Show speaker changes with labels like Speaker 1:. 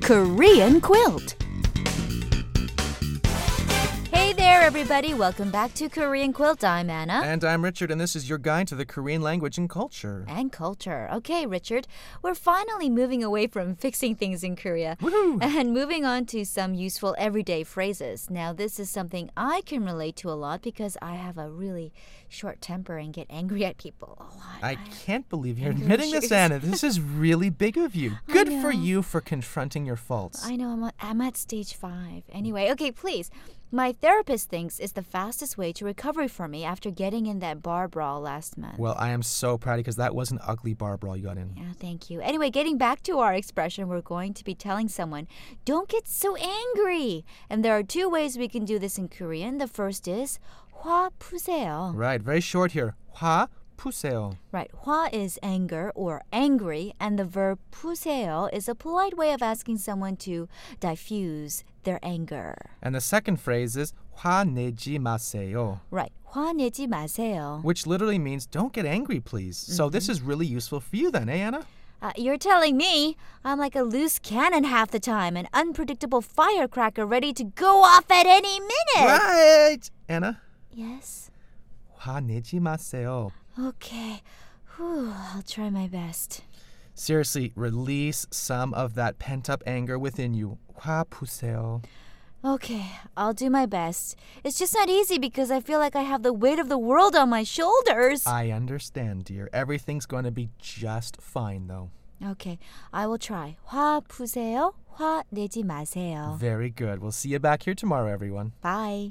Speaker 1: Korean Quilt. Hey there, everybody. Welcome back to Korean Quilt. I'm Anna.
Speaker 2: And I'm Richard, and this is your guide to the Korean language and culture.
Speaker 1: And culture. Okay, Richard, we're finally moving away from fixing things in Korea and moving on to some useful everyday phrases. Now, this is something I can relate to a lot because I have a really short temper and get angry at people a lot.
Speaker 2: I can't believe you're admitting this, Anna. This is really big of you. Good for you for confronting your faults.
Speaker 1: I know I'm, at- I'm at stage five. Anyway, okay, please. My therapist thinks it's the fastest way to recovery for me after getting in that bar brawl last month.
Speaker 2: Well, I am so proud because that was an ugly bar brawl you got in.
Speaker 1: Yeah, thank you. Anyway, getting back to our expression, we're going to be telling someone, don't get so angry. And there are two ways we can do this in Korean. The first is 화 푸세요.
Speaker 2: Right, very short here. 화 푸세요.
Speaker 1: Right, 화 is anger or angry, and the verb 푸세요 is a polite way of asking someone to diffuse their anger.
Speaker 2: And the second phrase is 화내지 마세요,
Speaker 1: Right, 화내지 마세요.
Speaker 2: which literally means don't get angry, please. So
Speaker 1: Mm-hmm.
Speaker 2: this is really useful for you then, eh, Anna?
Speaker 1: Uh, you're telling me I'm like a loose cannon half the time, an unpredictable firecracker ready to go off at any minute.
Speaker 2: Right, Anna.
Speaker 1: Yes.
Speaker 2: 화내지 마세요.
Speaker 1: Okay. Whew, I'll try my best.
Speaker 2: Seriously, release some of that pent up anger within you. 화 푸세요.
Speaker 1: Okay, I'll do my best. It's just not easy because I feel like I have the weight of the world on my shoulders.
Speaker 2: I understand, dear. Everything's going to be just fine, though.
Speaker 1: Okay, I will try. 화 푸세요. 화 내지 마세요.
Speaker 2: Very good. We'll see you back here tomorrow, everyone.
Speaker 1: Bye.